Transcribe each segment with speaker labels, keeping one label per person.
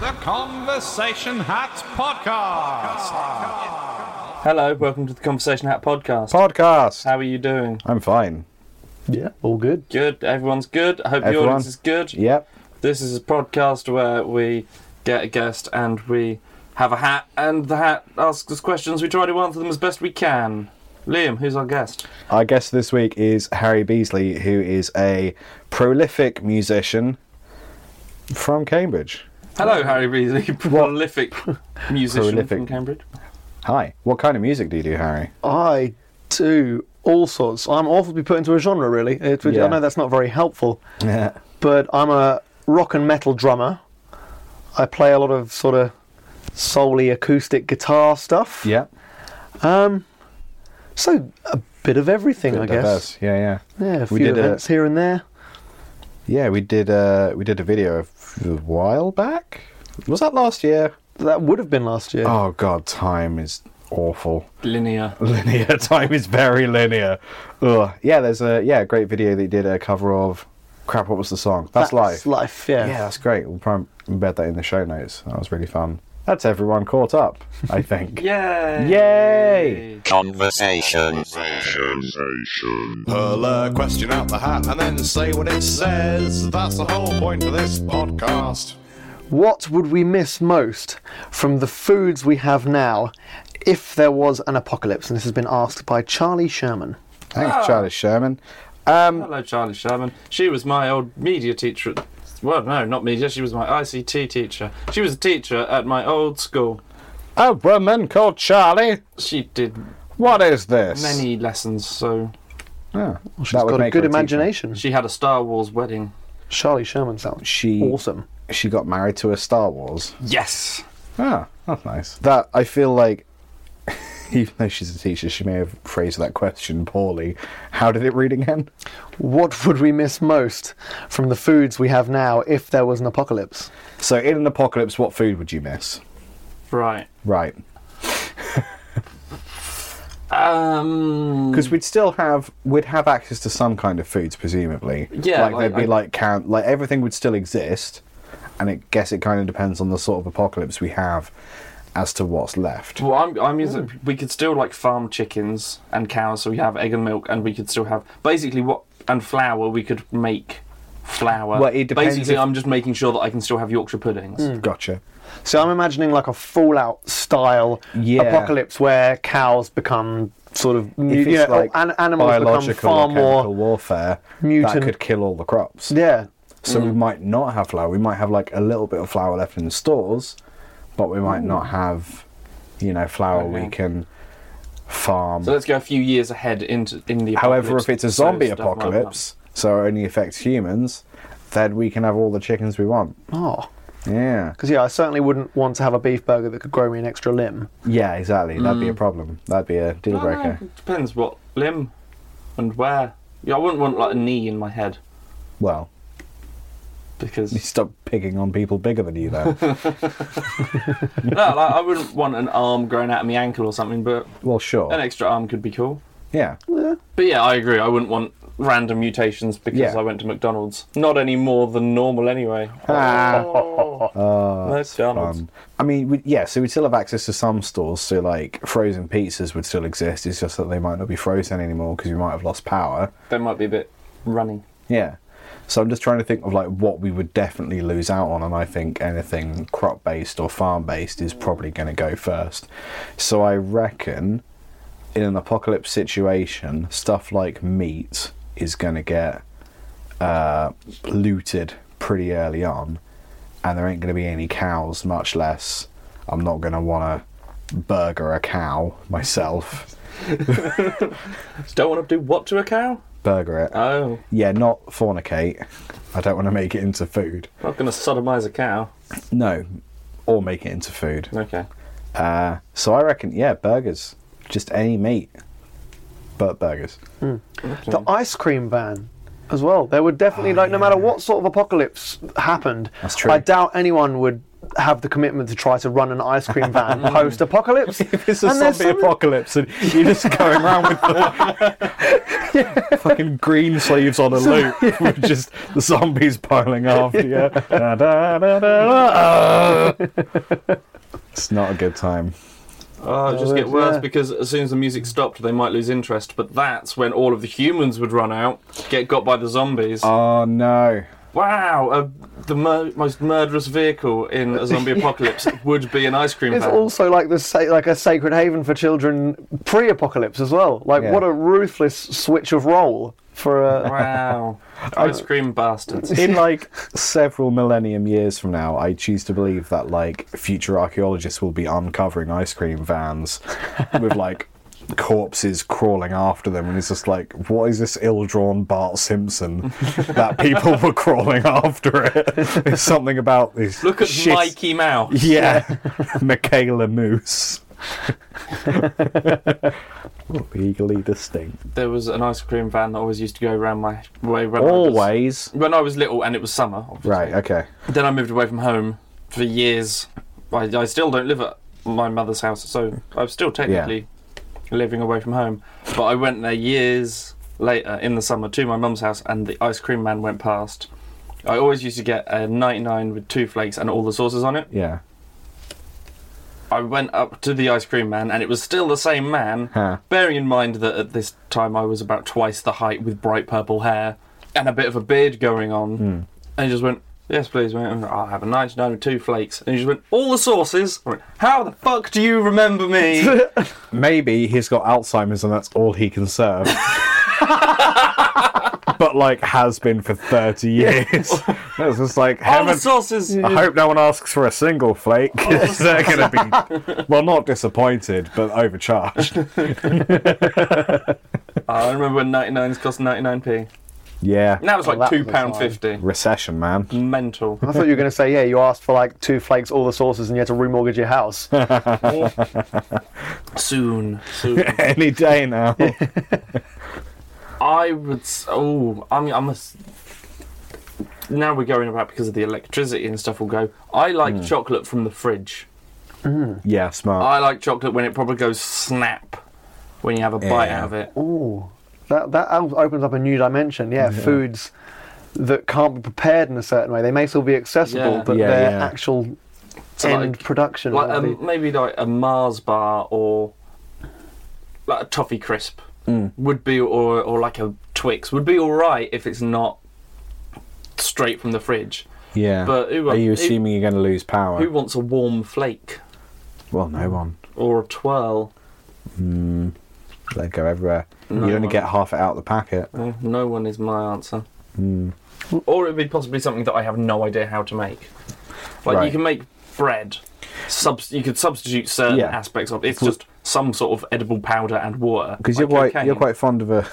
Speaker 1: The Conversation Hat Podcast.
Speaker 2: Hello, welcome to the Conversation Hat podcast.
Speaker 3: podcast.
Speaker 2: How are you doing?
Speaker 3: I'm fine.
Speaker 4: Yeah, all good.
Speaker 2: Good. Everyone's good. I hope the
Speaker 3: Everyone.
Speaker 2: audience is good.
Speaker 3: Yep.
Speaker 2: This is a podcast where we get a guest and we have a hat, and the hat asks us questions. We try to answer them as best we can. Liam, who's our guest?
Speaker 3: Our guest this week is Harry Beasley, who is a prolific musician from Cambridge.
Speaker 2: Hello, Harry Beasley, prolific musician
Speaker 3: Prolific.
Speaker 2: from Cambridge.
Speaker 3: Hi. What kind of music do you do, Harry?
Speaker 4: I do all sorts. I'm awful to be put into a genre, really. It would,
Speaker 3: Yeah.
Speaker 4: I know that's not very helpful,
Speaker 3: Yeah.
Speaker 4: but I'm a rock and metal drummer. I play a lot of sort of solely acoustic guitar stuff. Um,
Speaker 3: Yeah.
Speaker 4: So a bit of everything, I guess.
Speaker 3: Diverse. Yeah, yeah.
Speaker 4: Yeah, a
Speaker 3: We
Speaker 4: few
Speaker 3: did a-
Speaker 4: events here and there.
Speaker 3: Yeah, we did uh we did a video a f- a while back. Was that last year?
Speaker 4: That would have been last year.
Speaker 3: Oh god, time is awful.
Speaker 2: Linear.
Speaker 3: linear time is very linear Ugh. yeah there's a yeah a great video that you did a cover of crap what was the song that's, life
Speaker 4: Life, yeah.
Speaker 3: yeah that's great we'll try and embed that in the show notes that was really fun that's everyone caught up i think
Speaker 2: Yay!
Speaker 3: Yay!
Speaker 5: Conversations.
Speaker 1: Pull a question out the hat and then say what it says. That's the whole point of this podcast.
Speaker 4: What would we miss most from the foods we have now if there was an apocalypse? And this has been asked by Charlie Sherman.
Speaker 3: thanks charlie sherman
Speaker 2: Hello, Charlie Sherman. She was my old media teacher. At, well, no, not media. She was my ICT teacher. She was a teacher at my old school.
Speaker 3: a woman called charlie
Speaker 2: She did
Speaker 3: what is this
Speaker 2: many lessons, so
Speaker 3: oh,
Speaker 4: She's got a good imagination.
Speaker 2: she had a Star Wars wedding.
Speaker 4: Charlie Sherman sounds
Speaker 3: She-
Speaker 4: awesome.
Speaker 3: she got married to a star wars
Speaker 2: Yes.
Speaker 3: Ah, that's nice. That I feel like, even though she's a teacher, she may have phrased that question poorly. How did it read again?
Speaker 4: What would we miss most from the foods we have now if there was an apocalypse?
Speaker 3: So, in an apocalypse, what food would you miss?
Speaker 2: Right.
Speaker 3: Right,
Speaker 2: Um.
Speaker 4: Mm.
Speaker 3: because we'd still have we'd have access to some kind of foods, presumably.
Speaker 2: Yeah,
Speaker 3: like,
Speaker 2: like-
Speaker 3: there'd be
Speaker 2: I-
Speaker 3: like count, like everything would still exist, and I guess it kind of depends on the sort of apocalypse we have as to what's left.
Speaker 2: Well, I'm, I mean, that we could still like farm chickens and cows, so we have egg and milk, and we could still have basically what and flour. We could make flour.
Speaker 3: Well, it depends
Speaker 2: Basically,
Speaker 3: if- Hmm.
Speaker 2: I'm just making sure that I can still have Yorkshire puddings.
Speaker 4: mm.
Speaker 3: Gotcha.
Speaker 4: So I'm imagining like a Fallout style
Speaker 3: Yeah.
Speaker 4: apocalypse where cows become sort of mu-
Speaker 3: If it's
Speaker 4: you know,
Speaker 3: like
Speaker 4: an- animals become
Speaker 3: biological
Speaker 4: far
Speaker 3: or chemical
Speaker 4: more
Speaker 3: warfare, that
Speaker 4: mutant-
Speaker 3: could kill all the crops.
Speaker 4: yeah.
Speaker 3: So
Speaker 2: Mm.
Speaker 3: we might not have flour. We might have like a little bit of flour left in the stores, but we might not have, you know, flour
Speaker 2: Mm. Okay.
Speaker 3: we can farm.
Speaker 2: So let's go a few years ahead into in the.
Speaker 3: However,
Speaker 2: apocalypse,
Speaker 3: if it's a
Speaker 2: so
Speaker 3: zombie
Speaker 2: stuff might come.
Speaker 3: apocalypse, so it only affects humans, then we can have all the chickens we want.
Speaker 4: Oh.
Speaker 3: Yeah.
Speaker 4: Because yeah, I certainly wouldn't want to have a beef burger that could grow me an extra limb.
Speaker 3: Yeah, exactly. That'd be a problem. That'd be a deal
Speaker 2: Mm. Well, no,
Speaker 3: breaker.
Speaker 2: it depends what limb and where. Yeah, I wouldn't want like a knee in my head
Speaker 3: Well, you
Speaker 2: because
Speaker 3: stop picking on people bigger than you, though.
Speaker 2: no, like, I wouldn't want an arm growing out of my ankle or something. But
Speaker 3: well,
Speaker 2: an
Speaker 3: sure.
Speaker 2: extra arm could be cool.
Speaker 3: Yeah.
Speaker 2: But yeah, I agree. I wouldn't want random mutations because
Speaker 3: Yeah.
Speaker 2: I went to McDonald's. Not any more than normal, anyway.
Speaker 3: Ah,
Speaker 2: McDonald's.
Speaker 3: Um, I mean, we, yeah, so we'd still have access to some stores. So, like, frozen pizzas would still exist. It's just that they might not be frozen anymore because we might have lost power.
Speaker 2: They might be a bit runny.
Speaker 3: Yeah. So, I'm just trying to think of, like, what we would definitely lose out on. And I think anything crop based or farm based is probably going to go first. So, I reckon in an apocalypse situation, stuff like meat is going to get uh, looted pretty early on, and there ain't going to be any cows, much less. I'm not going to want to burger a cow myself.
Speaker 2: Don't want to do what to a cow?
Speaker 3: burger it.
Speaker 2: Oh,
Speaker 3: yeah, not fornicate. I don't want to make it into food.
Speaker 2: not going to sodomise a cow.
Speaker 3: No, or make it into food.
Speaker 2: Okay.
Speaker 3: Uh, so I reckon, yeah, burgers. Just any meat, but burgers.
Speaker 4: The ice cream van as well. There would definitely like no matter what sort of apocalypse happened,
Speaker 3: Oh, That's true.
Speaker 4: I doubt anyone would have the commitment to try to run an ice cream van post apocalypse.
Speaker 3: It's a zombie apocalypse, and you're just going around with the, fucking green sleeves on a loop with just the zombies piling after you. Da, da, da, da, da. Ah. it's not a good time.
Speaker 2: Oh, it'd just
Speaker 4: Yeah,
Speaker 2: get worse
Speaker 4: yeah.
Speaker 2: because as soon as the music stopped, they might lose interest. But that's when all of the humans would run out, get got by the zombies.
Speaker 3: Oh no.
Speaker 2: wow, uh, the mur- most murderous vehicle in a zombie apocalypse would be an ice cream
Speaker 4: It's
Speaker 2: van.
Speaker 4: also like the sa- like a sacred haven for children pre-apocalypse as well. Like
Speaker 3: Yeah.
Speaker 4: what a ruthless switch of role for a
Speaker 2: wow, ice cream bastards.
Speaker 3: In like several millennium years from now, I choose to believe that like future archaeologists will be uncovering ice cream vans with like corpses crawling after them and it's just like what is this ill-drawn bart simpson that people were crawling after it there's something about this
Speaker 2: Look at
Speaker 3: shit-
Speaker 2: Mikey Mouse.
Speaker 3: Yeah, Michaela Moose. Legally distinct.
Speaker 2: There was an ice cream van that always used to go around my way. When I was,
Speaker 3: Always.
Speaker 2: when I was little, and it was summer. Obviously.
Speaker 3: Right. Okay.
Speaker 2: Then I moved away from home for years. I, I still don't live at my mother's house, so I'm still technically living away from home. But I went there years later in the summer to my mum's house, and the ice cream man went past. I always used to get a 99 with two flakes and all the sauces on it.
Speaker 3: Yeah.
Speaker 2: I went up to the ice cream man, and it was still the same man.
Speaker 3: Huh.
Speaker 2: Bearing in mind that at this time I was about twice the height with bright purple hair and a bit of a beard going on.
Speaker 4: Hmm.
Speaker 2: And he just went, Yes, please, mate. And I'll have a 99 with two flakes. And he just went, All the sauces. I went, How the fuck do you remember me?
Speaker 3: Maybe he's got Alzheimer's and that's all he can serve. but like has been for thirty years. it's just like
Speaker 2: All the
Speaker 3: heaven.
Speaker 2: sauces. Uh,
Speaker 3: I hope no one asks for a single flake because they're going to be, well, not disappointed, but overcharged.
Speaker 2: I remember when 99s cost 99p.
Speaker 3: Yeah.
Speaker 2: And that was like
Speaker 4: Oh, that was a
Speaker 2: £2.50.
Speaker 3: Recession, man.
Speaker 2: Mental.
Speaker 4: I thought you were going to say, yeah, you asked for like two flakes, all the sauces, and you had to remortgage your house.
Speaker 2: Soon. Soon.
Speaker 3: Any day now.
Speaker 2: I would. s- Oh, I'm. I'm a, s- now we're going about because of the electricity and stuff. Will go. I like chocolate from the fridge.
Speaker 3: yeah, smart.
Speaker 2: I like chocolate when it probably goes snap when you have a bite
Speaker 3: Yeah.
Speaker 2: out of it.
Speaker 4: Ooh, that that al- opens up a new dimension. Yeah, foods that can't be prepared in a certain way. They may still be accessible,
Speaker 2: Yeah.
Speaker 4: but
Speaker 3: Yeah,
Speaker 4: their
Speaker 3: yeah.
Speaker 4: actual
Speaker 2: So, like-
Speaker 4: end production.
Speaker 2: Like
Speaker 4: will
Speaker 2: um,
Speaker 4: be-
Speaker 2: maybe like a Mars bar or like a toffee crisp would be, or or like a Twix would be all right if it's not straight from the fridge.
Speaker 3: Yeah.
Speaker 2: Uh, But who
Speaker 3: are
Speaker 2: won-
Speaker 3: you
Speaker 2: who-
Speaker 3: assuming you're going to lose power?
Speaker 2: Who wants a warm flake
Speaker 3: well, no one.
Speaker 2: or a twirl?
Speaker 3: They go everywhere.
Speaker 2: No
Speaker 3: you only
Speaker 2: one.
Speaker 3: get half it out of the packet.
Speaker 2: No, no one is my answer.
Speaker 3: Hmm.
Speaker 2: Or it would be possibly something that I have no idea how to make. Like
Speaker 3: Right.
Speaker 2: you can make bread. Subs- you could substitute certain
Speaker 3: Yeah.
Speaker 2: aspects of it. It's
Speaker 3: Well-
Speaker 2: just some sort of edible powder and water.
Speaker 3: Because
Speaker 2: Like
Speaker 3: you're quite
Speaker 2: cocaine. Hmm.
Speaker 3: you're quite fond of a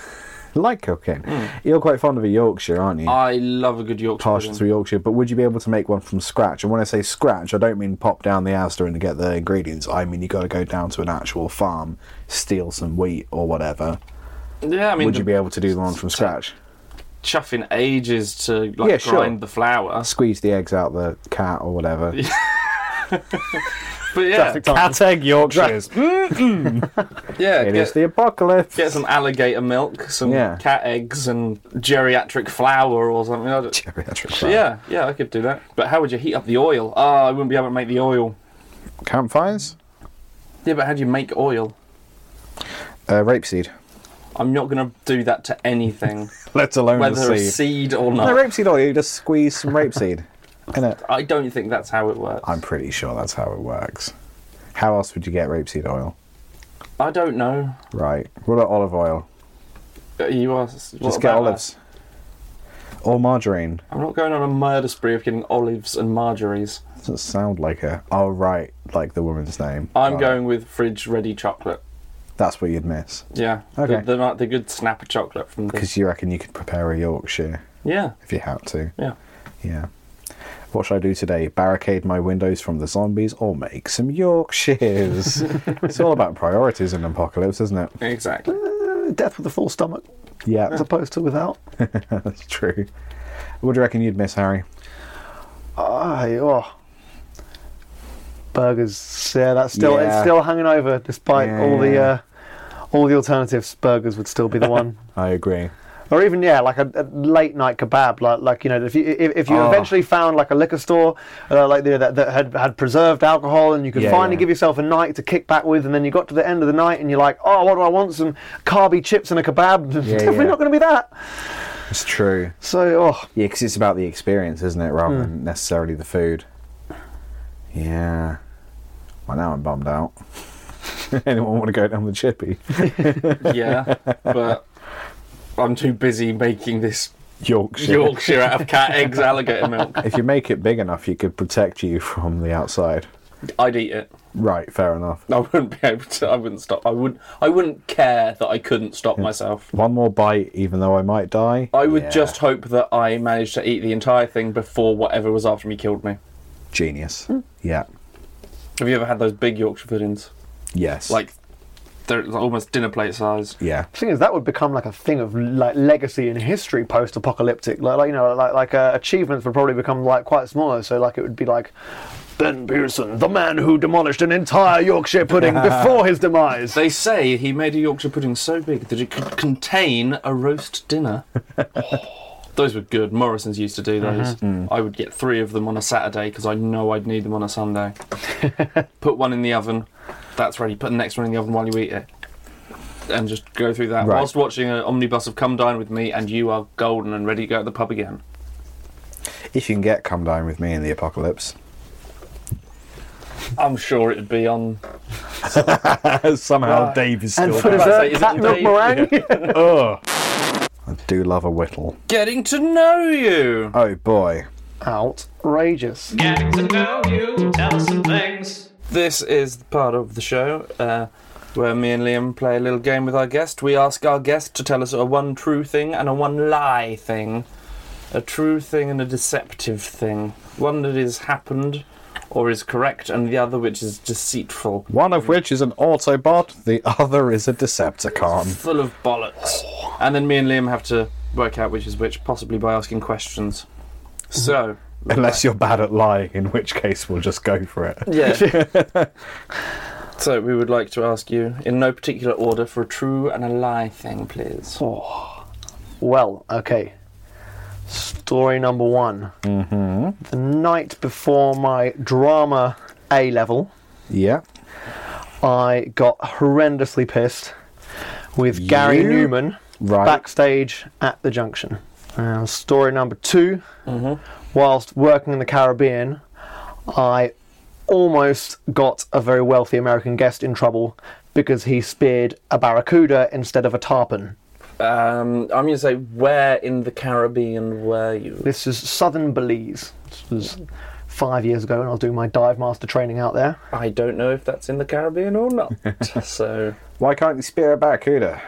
Speaker 3: like cocaine. You're quite fond of a Yorkshire, aren't you?
Speaker 2: I love a good Yorkshire.
Speaker 3: Partial
Speaker 2: pudding.
Speaker 3: to Yorkshire, but would you be able to make one from scratch? And when I say scratch, I don't mean pop down the Asda and get the ingredients. I mean you got to go down to an actual farm, steal some wheat or whatever.
Speaker 2: Yeah, I mean,
Speaker 3: would
Speaker 2: the
Speaker 3: you be able to do one from scratch?
Speaker 2: chuffing ages to like
Speaker 3: Yeah, sure.
Speaker 2: grind the flour.
Speaker 3: Squeeze the eggs out the cat or whatever.
Speaker 2: But yeah,
Speaker 3: Cat egg Yorkshires.
Speaker 2: yeah,
Speaker 3: it is
Speaker 2: get,
Speaker 3: the apocalypse.
Speaker 2: get some alligator milk, some
Speaker 3: Yeah.
Speaker 2: cat eggs, and geriatric flour or something. I don't-
Speaker 3: Geriatric
Speaker 2: But
Speaker 3: flower.
Speaker 2: yeah, yeah, I could do that. But how would you heat up the oil? Ah, I wouldn't be able to make the oil.
Speaker 3: Campfires?
Speaker 2: Yeah, but how do you make oil?
Speaker 3: Uh, rapeseed.
Speaker 2: I'm not going to do that to anything,
Speaker 3: Let alone
Speaker 2: whether
Speaker 3: the
Speaker 2: a
Speaker 3: seed.
Speaker 2: seed or
Speaker 3: No,
Speaker 2: not.
Speaker 3: rapeseed oil, you just squeeze some rapeseed. In it.
Speaker 2: I don't think that's how it works.
Speaker 3: I'm pretty sure that's how it works. How else would you get rapeseed oil?
Speaker 2: I don't know.
Speaker 3: Right. What about olive oil?
Speaker 2: You are. Just
Speaker 3: Just get olives. Or margarine.
Speaker 2: I'm not going on a murder spree of getting olives and margaries.
Speaker 3: Doesn't sound like a. Oh, right. Like the woman's name. Got
Speaker 2: I'm
Speaker 3: it.
Speaker 2: going with fridge ready chocolate.
Speaker 3: That's what you'd miss.
Speaker 2: Yeah.
Speaker 3: Okay.
Speaker 2: The, the, like the good snapper chocolate from the.
Speaker 3: Because you reckon you could prepare a Yorkshire
Speaker 2: Yeah.
Speaker 3: if you had to.
Speaker 2: Yeah.
Speaker 3: Yeah. What should I do today? Barricade my windows from the zombies or make some Yorkshires? it's all about priorities in an apocalypse, isn't it?
Speaker 2: Exactly. um,
Speaker 4: death with a full stomach,
Speaker 3: Yeah,
Speaker 4: as opposed to without.
Speaker 3: that's true. What do you reckon you'd miss, Harry?
Speaker 4: Aye, oh. Burgers, yeah, that's still
Speaker 3: Yeah.
Speaker 4: it's still hanging over despite
Speaker 3: Yeah,
Speaker 4: all the
Speaker 3: yeah.
Speaker 4: uh, All the alternatives, burgers would still be the one.
Speaker 3: I agree.
Speaker 4: Or even yeah, like a, a late night kebab, like like you know, if you if, if you
Speaker 3: Oh.
Speaker 4: eventually found like a liquor store, uh, like the, that that had had preserved alcohol, and you could
Speaker 3: Yeah,
Speaker 4: finally
Speaker 3: yeah.
Speaker 4: give yourself a night to kick back with, and then you got to the end of the night, and you're like, oh, what do I want? Some carby chips and a kebab?
Speaker 3: Yeah,
Speaker 4: Definitely
Speaker 3: yeah.
Speaker 4: not going to be that.
Speaker 3: It's true.
Speaker 4: So oh,
Speaker 3: Yeah, because it's about the experience, isn't it, rather
Speaker 2: Hmm.
Speaker 3: than necessarily the food. Yeah. Well, now I'm bummed out. Anyone want to go down the chippy?
Speaker 2: yeah, but I'm too busy making this
Speaker 3: Yorkshire.
Speaker 2: Yorkshire out of cat eggs alligator milk.
Speaker 3: If you make it big enough, you could protect you from the outside.
Speaker 2: I'd eat it.
Speaker 3: Right, fair enough.
Speaker 2: I wouldn't be able to. I wouldn't stop. I wouldn't. I wouldn't care that I couldn't stop myself.
Speaker 3: One more bite, even though I might die.
Speaker 2: I would
Speaker 3: Yeah.
Speaker 2: just hope that I managed to eat the entire thing before whatever was after me killed me.
Speaker 3: Genius.
Speaker 2: Hmm.
Speaker 3: Yeah.
Speaker 2: Have you ever had those big Yorkshire puddings?
Speaker 3: Yes.
Speaker 2: Like they're almost dinner plate size.
Speaker 3: Yeah.
Speaker 4: The thing is, that would become like a thing of like legacy and history post-apocalyptic. Like, like you know, like like uh, achievements would probably become like quite smaller. So like it would be like Ben Pearson, the man who demolished an entire Yorkshire pudding before his demise.
Speaker 2: They say he made a Yorkshire pudding so big that it could contain a roast dinner. those were good. Morrison's used to do those. I would get three of them on a Saturday because I know I'd need them on a Sunday. Put one in the oven. That's ready. Put the next one in the oven while you eat it. And just go through that
Speaker 3: Right.
Speaker 2: whilst watching an omnibus of Come Dine with Me, and you are golden and ready to go to the pub again.
Speaker 3: If you can get Come Down with Me in the apocalypse.
Speaker 2: I'm sure it'd be on.
Speaker 3: Somehow
Speaker 2: Right.
Speaker 3: Dave is
Speaker 4: and
Speaker 3: still
Speaker 4: for
Speaker 2: about
Speaker 3: there.
Speaker 2: to say,
Speaker 4: dessert,
Speaker 2: is it
Speaker 4: cat milk
Speaker 2: Dave?
Speaker 4: meringue.
Speaker 3: I do love a whittle.
Speaker 2: Getting to know you!
Speaker 3: Oh boy.
Speaker 4: Outrageous.
Speaker 5: Getting to know you, tell us some things.
Speaker 2: This is the part of the show uh, where me and Liam play a little game with our guest. We ask our guest to tell us a one true thing and a one lie thing, a true thing and a deceptive thing, one that has happened or is correct, and the other which is deceitful,
Speaker 3: One of which is an Autobot, the other is a Decepticon.
Speaker 2: full of bollocks. And then me and Liam have to work out which is which, possibly by asking questions. So.
Speaker 3: Unless you're bad at lying, in which case we'll just go for it.
Speaker 2: Yeah. so we would like to ask you, in no particular order, for a true and a lie thing, please.
Speaker 4: Well, okay. Story number one. Mm-hmm. The night before my drama A level.
Speaker 3: Yeah.
Speaker 4: I got horrendously pissed with Gary
Speaker 3: You?
Speaker 4: Newman
Speaker 3: Right.
Speaker 4: backstage at the junction. And story number 2
Speaker 3: Mm-hmm.
Speaker 4: whilst working in the Caribbean, I almost got a very wealthy American guest in trouble because he speared a barracuda instead of a tarpon.
Speaker 2: Um, I'm going to say, where in the Caribbean were you?
Speaker 4: This is southern Belize. This was five years ago, and I'll do my dive master training out there.
Speaker 2: I don't know if that's in the Caribbean or not. so,
Speaker 3: Why can't you spear a barracuda?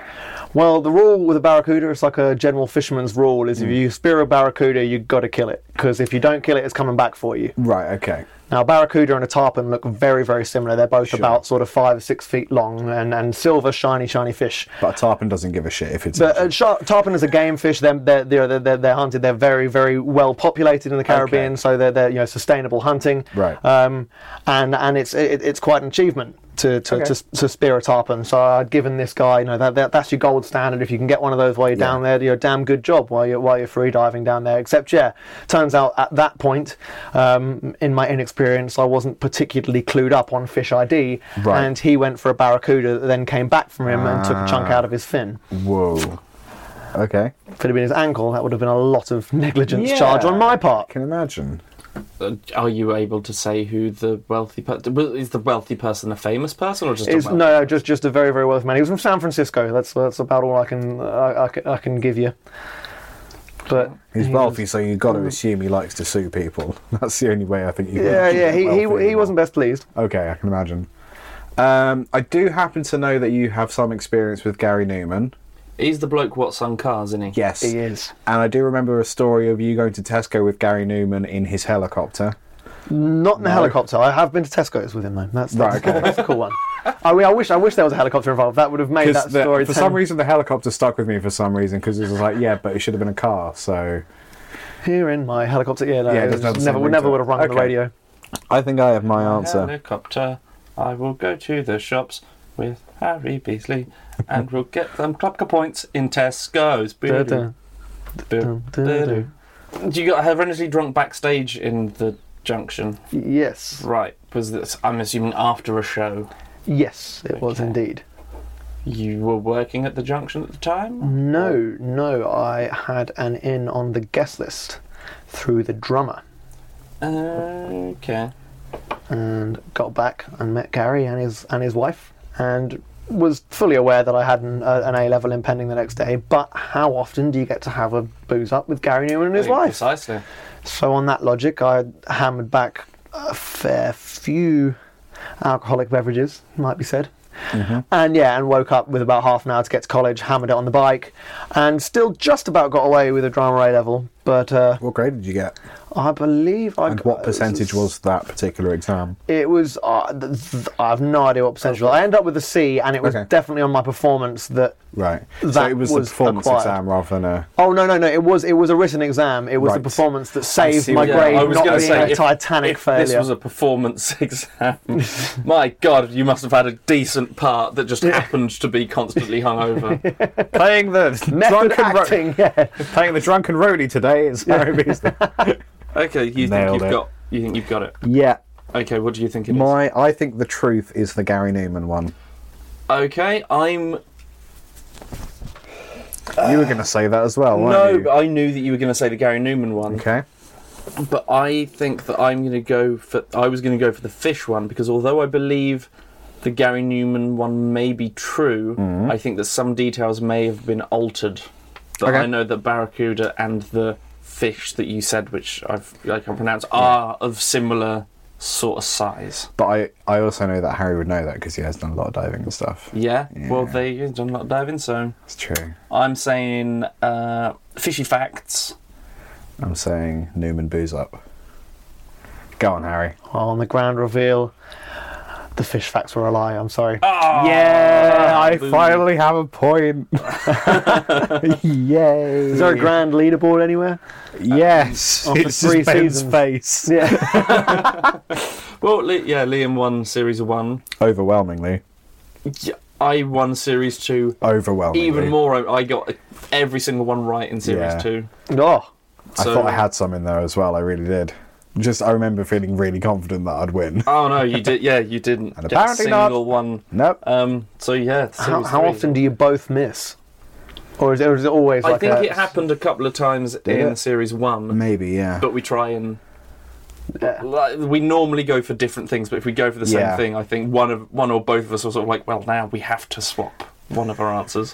Speaker 4: Well, the rule with a barracuda is like a general fisherman's rule: is if you spear a barracuda, you got to kill it because if you don't kill it, it's coming back for you.
Speaker 3: Right, okay.
Speaker 4: Now, a barracuda and a tarpon look very, very similar. They're both about sort of five or six feet long and, and silver, shiny, shiny fish.
Speaker 3: But a tarpon doesn't give a shit if it's.
Speaker 4: But uh, shar tarpon is a game fish. They're, they're, they're, they're, they're hunted. They're very, very well populated in the Caribbean, so they're, they're you know sustainable hunting.
Speaker 3: Right.
Speaker 4: Um, and and it's it, it's quite an achievement to to,
Speaker 3: Okay.
Speaker 4: to to spear a tarpon. So I'd given this guy, you know, that, that that's your gold standard. If you can get one of those while you're down there, you're a damn good job while you're while you're free diving down there. Except yeah, turns out at that point, um, in my inexperience, I wasn't particularly clued up on fish ID,
Speaker 3: Right.
Speaker 4: and he went for a barracuda that then came back from him and took a chunk
Speaker 3: Ah.
Speaker 4: out of his fin
Speaker 3: Whoa. Okay.
Speaker 4: if it had been his ankle, that would have been a lot of negligence
Speaker 3: Yeah.
Speaker 4: charge on my
Speaker 3: I
Speaker 4: part.
Speaker 3: can imagine.
Speaker 2: uh, are you able to say who the wealthy person is? The wealthy person a famous person or just
Speaker 4: It's,
Speaker 2: a
Speaker 4: no,
Speaker 2: wealthy?
Speaker 4: no, just just a very very wealthy man. He was from San Francisco. That's that's about all I can I, I can, I can give you. But
Speaker 3: He's
Speaker 4: he
Speaker 3: wealthy, so you've got to assume he likes to sue people. That's the only way I think you
Speaker 4: was-
Speaker 3: can
Speaker 4: yeah,
Speaker 3: actually
Speaker 4: yeah.
Speaker 3: get
Speaker 4: He,
Speaker 3: wealthy
Speaker 4: he he
Speaker 3: anymore.
Speaker 4: wasn't best pleased.
Speaker 3: Okay, I can imagine. Um, I do happen to know that you have some experience with Gary Newman.
Speaker 2: He's the bloke what sung cars, isn't he?
Speaker 3: Yes.
Speaker 4: He is.
Speaker 3: And I do remember a story of you going to Tesco with Gary Newman in his helicopter.
Speaker 4: Not in the helicopter. I have been to Tesco's with him though. That's that's,
Speaker 3: Right, okay.
Speaker 4: that's a cool one. I mean, I wish I wish there was a helicopter involved. That would have made
Speaker 3: 'Cause
Speaker 4: that
Speaker 3: the-
Speaker 4: story.
Speaker 3: for
Speaker 4: 10
Speaker 3: some reason, the helicopter stuck with me for some reason because it was like, yeah, but it should have been a car. So
Speaker 4: here in my helicopter. Yeah, no,
Speaker 3: Yeah,
Speaker 4: it
Speaker 3: it
Speaker 4: was
Speaker 3: doesn't have the
Speaker 4: never
Speaker 3: same ring
Speaker 4: never
Speaker 3: to it.
Speaker 4: would have rung on the
Speaker 3: Okay.
Speaker 4: radio.
Speaker 3: I think I have my answer.
Speaker 2: Helicopter. I will go to the shops with Harry Beasley, and we'll get them Klapka points in Tesco's.
Speaker 4: Da,
Speaker 2: Boo-doo,
Speaker 4: da, da,
Speaker 2: boo,
Speaker 4: da, da.
Speaker 2: boo-doo. You got horrendously drunk backstage in the junction,
Speaker 4: Yes.
Speaker 2: right? Was this? I'm assuming after a show.
Speaker 4: Yes, it was
Speaker 2: Okay.
Speaker 4: indeed.
Speaker 2: You were working at the junction at the time.
Speaker 4: No, no, I had an in on the guest list through the drummer Mm.
Speaker 2: Okay.
Speaker 4: and got back and met Gary and his and his wife and was fully aware that I had an, uh, an A level impending the next day. But how often do you get to have a booze up with Gary Newman and his wife?
Speaker 2: Precisely.
Speaker 4: So on that logic, I hammered back a fair few alcoholic beverages, might be said. And yeah, and woke up with about half an hour to get to college, hammered it on the bike, and still just about got away with a drama A level. But uh,
Speaker 3: What grade did you get?
Speaker 4: I believe I.
Speaker 3: And
Speaker 4: got-
Speaker 3: what percentage was that particular exam?
Speaker 4: It was. Uh, th- th- I have no idea what percentage. I ended up with a C, and it was
Speaker 3: Okay.
Speaker 4: definitely on my performance that.
Speaker 3: Right. so
Speaker 4: That
Speaker 3: it was,
Speaker 4: was
Speaker 3: the performance
Speaker 4: acquired.
Speaker 3: exam rather than a.
Speaker 4: Oh no no no! It was it was a written exam. It was the
Speaker 3: Right.
Speaker 4: performance that saved
Speaker 3: see
Speaker 4: my
Speaker 3: what you-
Speaker 4: grade,
Speaker 2: I was
Speaker 4: not
Speaker 2: going
Speaker 4: being
Speaker 2: to say,
Speaker 4: a
Speaker 2: if-
Speaker 4: Titanic
Speaker 2: if
Speaker 4: failure.
Speaker 2: This was a performance exam. My God, you must have had a decent part that just happened to be constantly hungover.
Speaker 3: Playing the
Speaker 4: Method acting. yeah.
Speaker 3: playing the drunken roadie today is Harry Beasley.
Speaker 2: Okay, you think
Speaker 3: Nailed
Speaker 2: you've
Speaker 3: it.
Speaker 2: got you think you've got it.
Speaker 3: yeah.
Speaker 2: Okay, what do you think it is?
Speaker 3: My, I think the truth is the Gary Newman one.
Speaker 2: Okay, I'm
Speaker 3: You were going to say that as well,
Speaker 2: no.
Speaker 3: weren't you?
Speaker 2: But I knew that you were going to say the Gary Newman one,
Speaker 3: okay.
Speaker 2: but I think that I'm going to go for. I was going to go for the fish one because although I believe the Gary Newman one may be true,
Speaker 3: Mm-hmm.
Speaker 2: I think that some details may have been altered. But
Speaker 3: Okay.
Speaker 2: I know that barracuda and the fish that you said, which I've, I can't pronounce, are of similar sort of size.
Speaker 3: But I, I also know that Harry would know that because he has done a lot of diving and stuff.
Speaker 2: Yeah. Well,
Speaker 3: Yeah.
Speaker 2: they've done a lot of diving, so
Speaker 3: It's true.
Speaker 2: I'm saying uh, fishy facts.
Speaker 3: I'm saying Newman booze up. Go on, Harry.
Speaker 4: on the grand reveal, the fish facts were a lie. I'm sorry.
Speaker 2: Ah,
Speaker 3: Yeah, I
Speaker 2: boo.
Speaker 3: finally have a point. Yay!
Speaker 4: Is there a grand leaderboard anywhere?
Speaker 3: Yes,
Speaker 4: After
Speaker 3: it's
Speaker 4: three
Speaker 3: just Ben's
Speaker 4: seasons.
Speaker 3: face.
Speaker 4: Yeah.
Speaker 2: Well, Li- yeah, Liam won series one.
Speaker 3: Overwhelmingly,
Speaker 2: Yeah, I won series two.
Speaker 3: overwhelmingly.
Speaker 2: Even more, I I got every single one right in series
Speaker 3: Yeah.
Speaker 2: two.
Speaker 4: oh,
Speaker 3: I
Speaker 2: So-
Speaker 3: thought I had some in there as well. I really did. Just I remember feeling really confident that I'd
Speaker 4: Uh,
Speaker 3: win.
Speaker 2: Oh no, you did. Yeah, you didn't.
Speaker 3: And
Speaker 2: get a
Speaker 3: apparently not.
Speaker 2: single one.
Speaker 4: uh,
Speaker 3: Nope.
Speaker 2: Um. So yeah.
Speaker 4: how,
Speaker 2: series
Speaker 4: how
Speaker 2: three.
Speaker 4: often do you both miss? Or is it, or is it always
Speaker 2: I
Speaker 4: like
Speaker 2: think
Speaker 4: a-
Speaker 2: it happened a couple of times in
Speaker 3: it? Mm.
Speaker 2: series one,
Speaker 3: Maybe yeah.
Speaker 2: but we try and.
Speaker 4: Yeah.
Speaker 2: Like, we normally go for different things, but if we go for the same
Speaker 3: Yeah.
Speaker 2: thing, I think one of one or both of us are sort of like, well, now we have to swap one of our answers.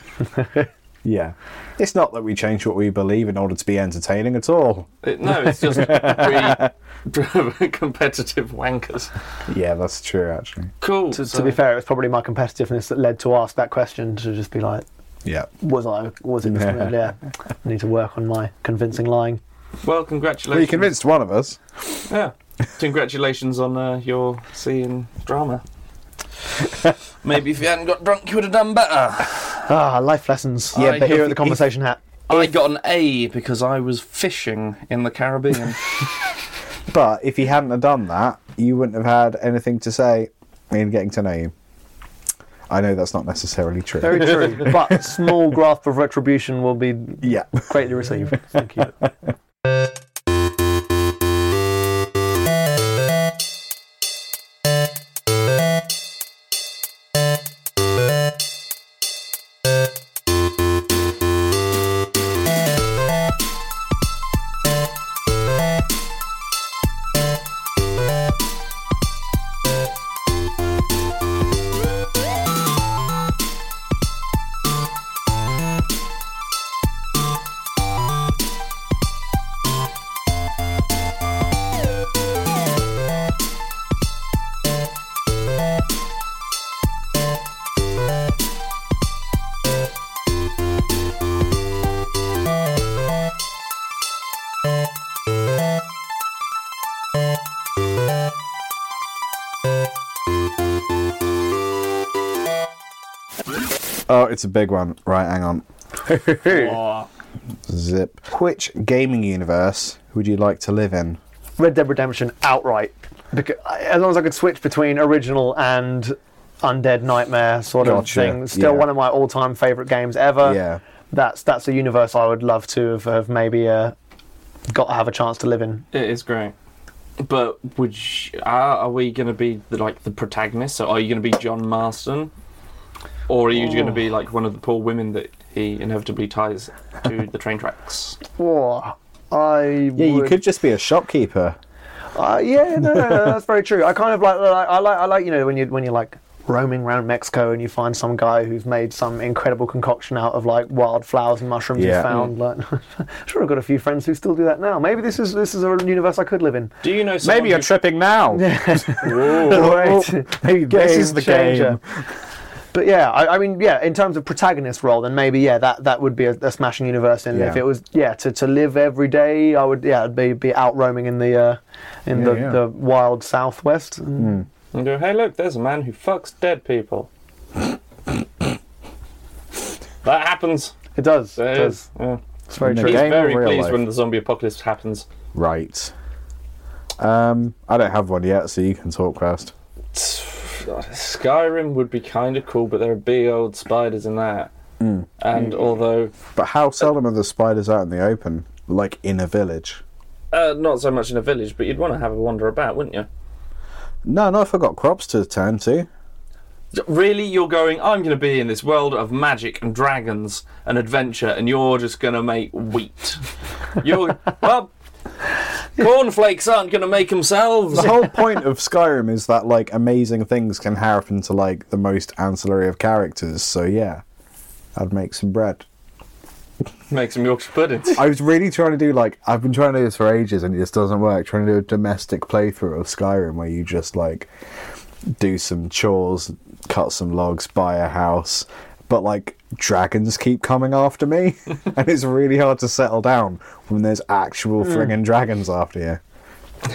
Speaker 3: Yeah. It's not that we change what we believe in order to be entertaining at all.
Speaker 2: It, no, it's just we competitive wankers.
Speaker 3: Yeah, that's true actually.
Speaker 2: Cool.
Speaker 4: To,
Speaker 2: so-
Speaker 4: to be fair, it was probably my competitiveness that led to ask that question to just be like,
Speaker 3: Yeah.
Speaker 4: was I was it
Speaker 3: Yeah.
Speaker 4: misconduct? Yeah. I need to work on my convincing lying.
Speaker 2: well,
Speaker 3: Well,
Speaker 2: congratulations.
Speaker 3: you convinced one of us.
Speaker 2: Yeah. Congratulations on uh, your seeing drama. Maybe if you hadn't got drunk, you would have done better.
Speaker 4: Ah, life lessons.
Speaker 2: Yeah,
Speaker 4: Yeah,
Speaker 2: but
Speaker 4: but here
Speaker 2: if-
Speaker 4: at the conversation hat.
Speaker 2: I got an A because I was fishing in the Caribbean.
Speaker 3: But if he hadn't have done that, you wouldn't have had anything to say in getting to know you. I know that's not necessarily true.
Speaker 4: Very true. but small grasp of retribution will be
Speaker 3: yeah.
Speaker 4: greatly received. Thank you.
Speaker 3: Oh, it's a big one. Right, hang on.
Speaker 2: Aw.
Speaker 3: Zip. Which gaming universe would you like to live in?
Speaker 4: Red Dead Redemption outright. Because, as long as I could switch between original and undead nightmare sort
Speaker 3: Gotcha,
Speaker 4: of thing. Still
Speaker 3: yeah.
Speaker 4: one of my all-time favorite games ever.
Speaker 3: Yeah.
Speaker 4: That's that's a universe I would love to have, have maybe uh, got to have a chance to live in.
Speaker 2: It is great. But would you, are, are we going to be the, like the protagonist? So are you going to be John Marston, or are you going to be like one of the poor women that he inevitably ties to the train tracks?
Speaker 4: Oh, I
Speaker 3: Yeah, you
Speaker 4: would-
Speaker 3: could just be a shopkeeper.
Speaker 4: Uh, yeah, no, no, no, that's very true. I kind of like, like I like I like you know when you when you're like roaming around Mexico and you find some guy who's made some incredible concoction out of like wild flowers and mushrooms
Speaker 3: Yeah.
Speaker 4: you found. Like, sure, I've got a few friends who still do that now. Maybe this is this is a universe I could live in.
Speaker 2: Do you know? someone
Speaker 3: Maybe you're
Speaker 2: who-
Speaker 3: tripping now.
Speaker 4: Right.
Speaker 3: Maybe Oh, this is the game.
Speaker 4: But yeah, I, I mean, yeah, in terms of protagonist role, then maybe yeah, that, that would be a, a smashing universe. And if
Speaker 3: Yeah.
Speaker 4: it was yeah, to, to live every day, I would yeah, I'd be be out roaming in the uh, in the,
Speaker 3: yeah.
Speaker 4: the wild southwest. And
Speaker 2: and go, hey, look, there's a man who fucks dead people. that happens.
Speaker 4: It does.
Speaker 2: There
Speaker 4: it
Speaker 2: it
Speaker 4: does.
Speaker 2: is. Yeah.
Speaker 4: It's very
Speaker 3: No
Speaker 4: true.
Speaker 2: He's
Speaker 3: game or
Speaker 2: very
Speaker 3: real
Speaker 2: pleased
Speaker 3: life?
Speaker 2: when the zombie apocalypse happens.
Speaker 3: Right. Um, I don't have one yet, so you can talk first.
Speaker 2: Skyrim would be kind of cool, but there are big old spiders in that.
Speaker 3: Hmm.
Speaker 2: And although
Speaker 3: But how seldom are the spiders out in the open, like in a village?
Speaker 2: uh, not so much in a village, but you'd want to have a wander about, wouldn't you?
Speaker 3: No, no, if I got crops to tend to.
Speaker 2: Really, you're going. I'm going to be in this world of magic and dragons and adventure, and you're just going to make wheat. You're well, cornflakes aren't going to make themselves.
Speaker 3: The whole point of Skyrim is that like amazing things can happen to like the most ancillary of characters. So yeah, I'd make some bread.
Speaker 2: Make some Yorkshire puddings.
Speaker 3: I was really trying to do like I've been trying to do this for ages and it just doesn't work. Trying to do a domestic playthrough of Skyrim where you just like do some chores, cut some logs, buy a house, but like dragons keep coming after me, and it's really hard to settle down when there's actual
Speaker 2: Hmm.
Speaker 3: friggin' dragons after you.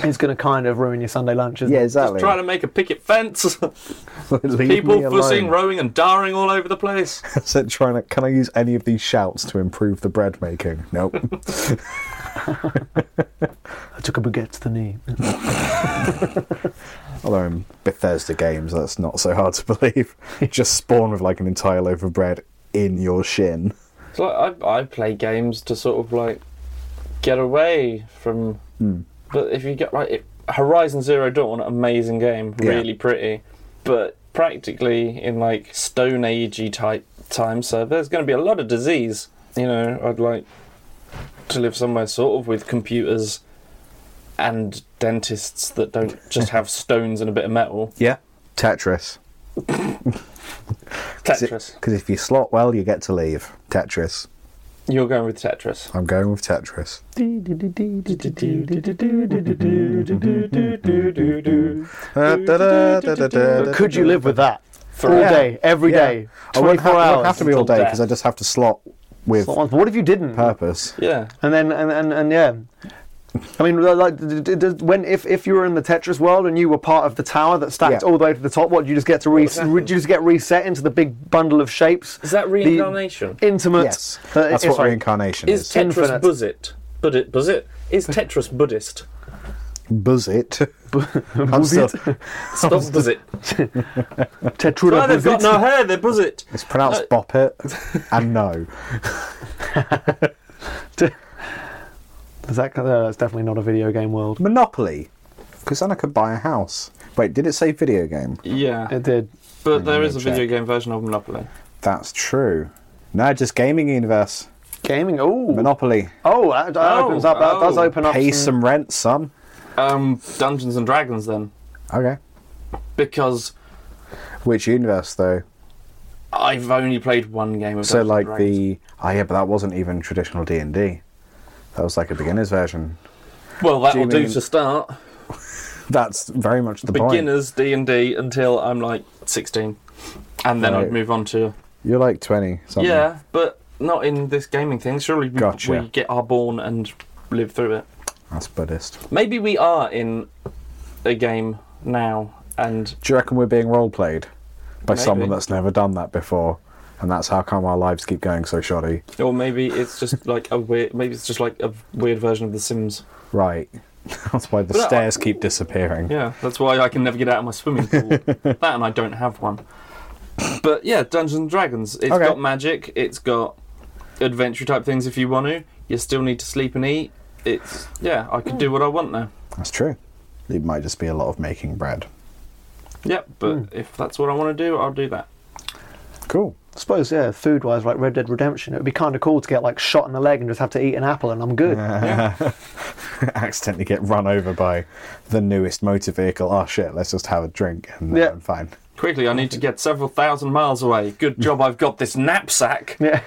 Speaker 4: It's going to kind of ruin your Sunday lunch, isn't
Speaker 3: Yeah,
Speaker 4: it?
Speaker 3: exactly.
Speaker 2: Trying to make a picket fence.
Speaker 3: Leave
Speaker 2: People
Speaker 3: me
Speaker 2: fussing,
Speaker 3: alone.
Speaker 2: rowing, and darring all over the place.
Speaker 3: So trying to can I use any of these shouts to improve the bread making? Nope.
Speaker 4: I took a baguette to the knee.
Speaker 3: Although in Bethesda games, that's not so hard to believe. Just spawn with like an entire loaf of bread in your shin.
Speaker 2: It's like I, I play games to sort of like get away from. But if you get like it, Horizon Zero Dawn, amazing game,
Speaker 3: Yeah.
Speaker 2: really pretty, but practically in like Stone Agey type time, so there's going to be a lot of disease. You know, I'd like to live somewhere sort of with computers and dentists that don't just have stones and a bit of metal.
Speaker 3: Yeah. Tetris.
Speaker 2: Tetris.
Speaker 3: Because if you slot well, you get to leave. Tetris.
Speaker 2: You're going with Tetris.
Speaker 3: I'm going with Tetris.
Speaker 4: Could you live with that for all
Speaker 3: Yeah.
Speaker 4: day, every
Speaker 3: Yeah.
Speaker 4: day,
Speaker 3: I won't
Speaker 4: 24
Speaker 3: have, I won't
Speaker 4: hours?
Speaker 3: have to be all
Speaker 2: until
Speaker 3: day
Speaker 2: death.
Speaker 3: because I just have to slot with
Speaker 4: But What if you didn't?
Speaker 3: purpose.
Speaker 2: Yeah.
Speaker 4: And then and, and, and yeah. I mean, like, d- d- d- when if, if you were in the Tetris world and you were part of the tower that stacked
Speaker 3: Yeah.
Speaker 4: all the way to the top, what do you just get to re- re- do you just get reset into the big bundle of shapes?
Speaker 2: Is that
Speaker 4: The
Speaker 2: reincarnation?
Speaker 4: intimate.
Speaker 3: Yes.
Speaker 4: uh,
Speaker 3: That's
Speaker 4: it's-
Speaker 3: what
Speaker 4: sorry.
Speaker 3: reincarnation
Speaker 2: Is
Speaker 3: is.
Speaker 2: Tetris
Speaker 4: Infinite.
Speaker 2: Buzzit? Buzzit? Buzzit? Is Tetris Buddhist?
Speaker 3: Buzz it. I'm still-
Speaker 2: Stop Buzzit.
Speaker 4: Tetrura
Speaker 2: No, they've got
Speaker 4: Buzzit.
Speaker 2: no hair, they're Buzzit.
Speaker 3: It's pronounced bop it and no.
Speaker 4: Is that, no, that's definitely not a video game world.
Speaker 3: Monopoly. Because then I could buy a house. Wait, did it say video game?
Speaker 2: Yeah,
Speaker 4: It did.
Speaker 2: but there
Speaker 3: me
Speaker 2: is a
Speaker 3: check.
Speaker 2: video game version of Monopoly.
Speaker 3: That's true. No, just gaming universe.
Speaker 4: Gaming. Oh.
Speaker 3: Monopoly.
Speaker 4: Oh, that, that
Speaker 2: Oh,
Speaker 4: opens up. That does
Speaker 2: oh.
Speaker 4: open up.
Speaker 3: Pay
Speaker 4: some-
Speaker 3: some rent, son.
Speaker 2: Um, Dungeons and Dragons then,
Speaker 3: Okay.
Speaker 2: because
Speaker 3: Which universe though?
Speaker 2: I've only played one game of
Speaker 3: So
Speaker 2: Dungeons
Speaker 3: like
Speaker 2: and Dragons.
Speaker 3: the oh yeah, but that wasn't even traditional D and D. That was like a beginner's version.
Speaker 2: well, that
Speaker 3: do you
Speaker 2: will do
Speaker 3: mean-
Speaker 2: to start.
Speaker 3: That's very much the point.
Speaker 2: Beginners D and D until I'm like 16, and then
Speaker 3: Right.
Speaker 2: I'd move on to
Speaker 3: You're like twenty. Something.
Speaker 2: yeah, but not in this gaming thing. Surely we-
Speaker 3: Gotcha.
Speaker 2: we get our born and live through it.
Speaker 3: That's Buddhist.
Speaker 2: Maybe we are in a game now, and
Speaker 3: Do you reckon we're being role played by
Speaker 2: Maybe.
Speaker 3: someone that's never done that before? And that's how come our lives keep going so shoddy.
Speaker 2: or maybe it's just like a weird, maybe it's just like a weird version of The Sims.
Speaker 3: Right. That's why the
Speaker 2: But I-
Speaker 3: stairs keep disappearing.
Speaker 2: Yeah, that's why I can never get out of my swimming pool. that and I don't have one. But yeah, Dungeons and Dragons. It's
Speaker 3: Okay.
Speaker 2: got magic. It's got adventure type things if you want to. You still need to sleep and eat. It's yeah, I could do what I want now.
Speaker 3: That's true. It might just be a lot of making bread.
Speaker 2: Yep, but if that's what I want to do, I'll do that.
Speaker 3: Cool.
Speaker 4: I suppose, yeah, food wise, like Red Dead Redemption, it would be kind of cool to get like shot in the leg and just have to eat an apple and I'm good.
Speaker 3: Accidentally get run over by the newest motor vehicle. Oh shit, let's just have a drink and
Speaker 4: Yeah.
Speaker 3: I'm fine.
Speaker 2: Quickly, I need to get several thousand miles away. Good job I've got this knapsack.
Speaker 4: Yeah.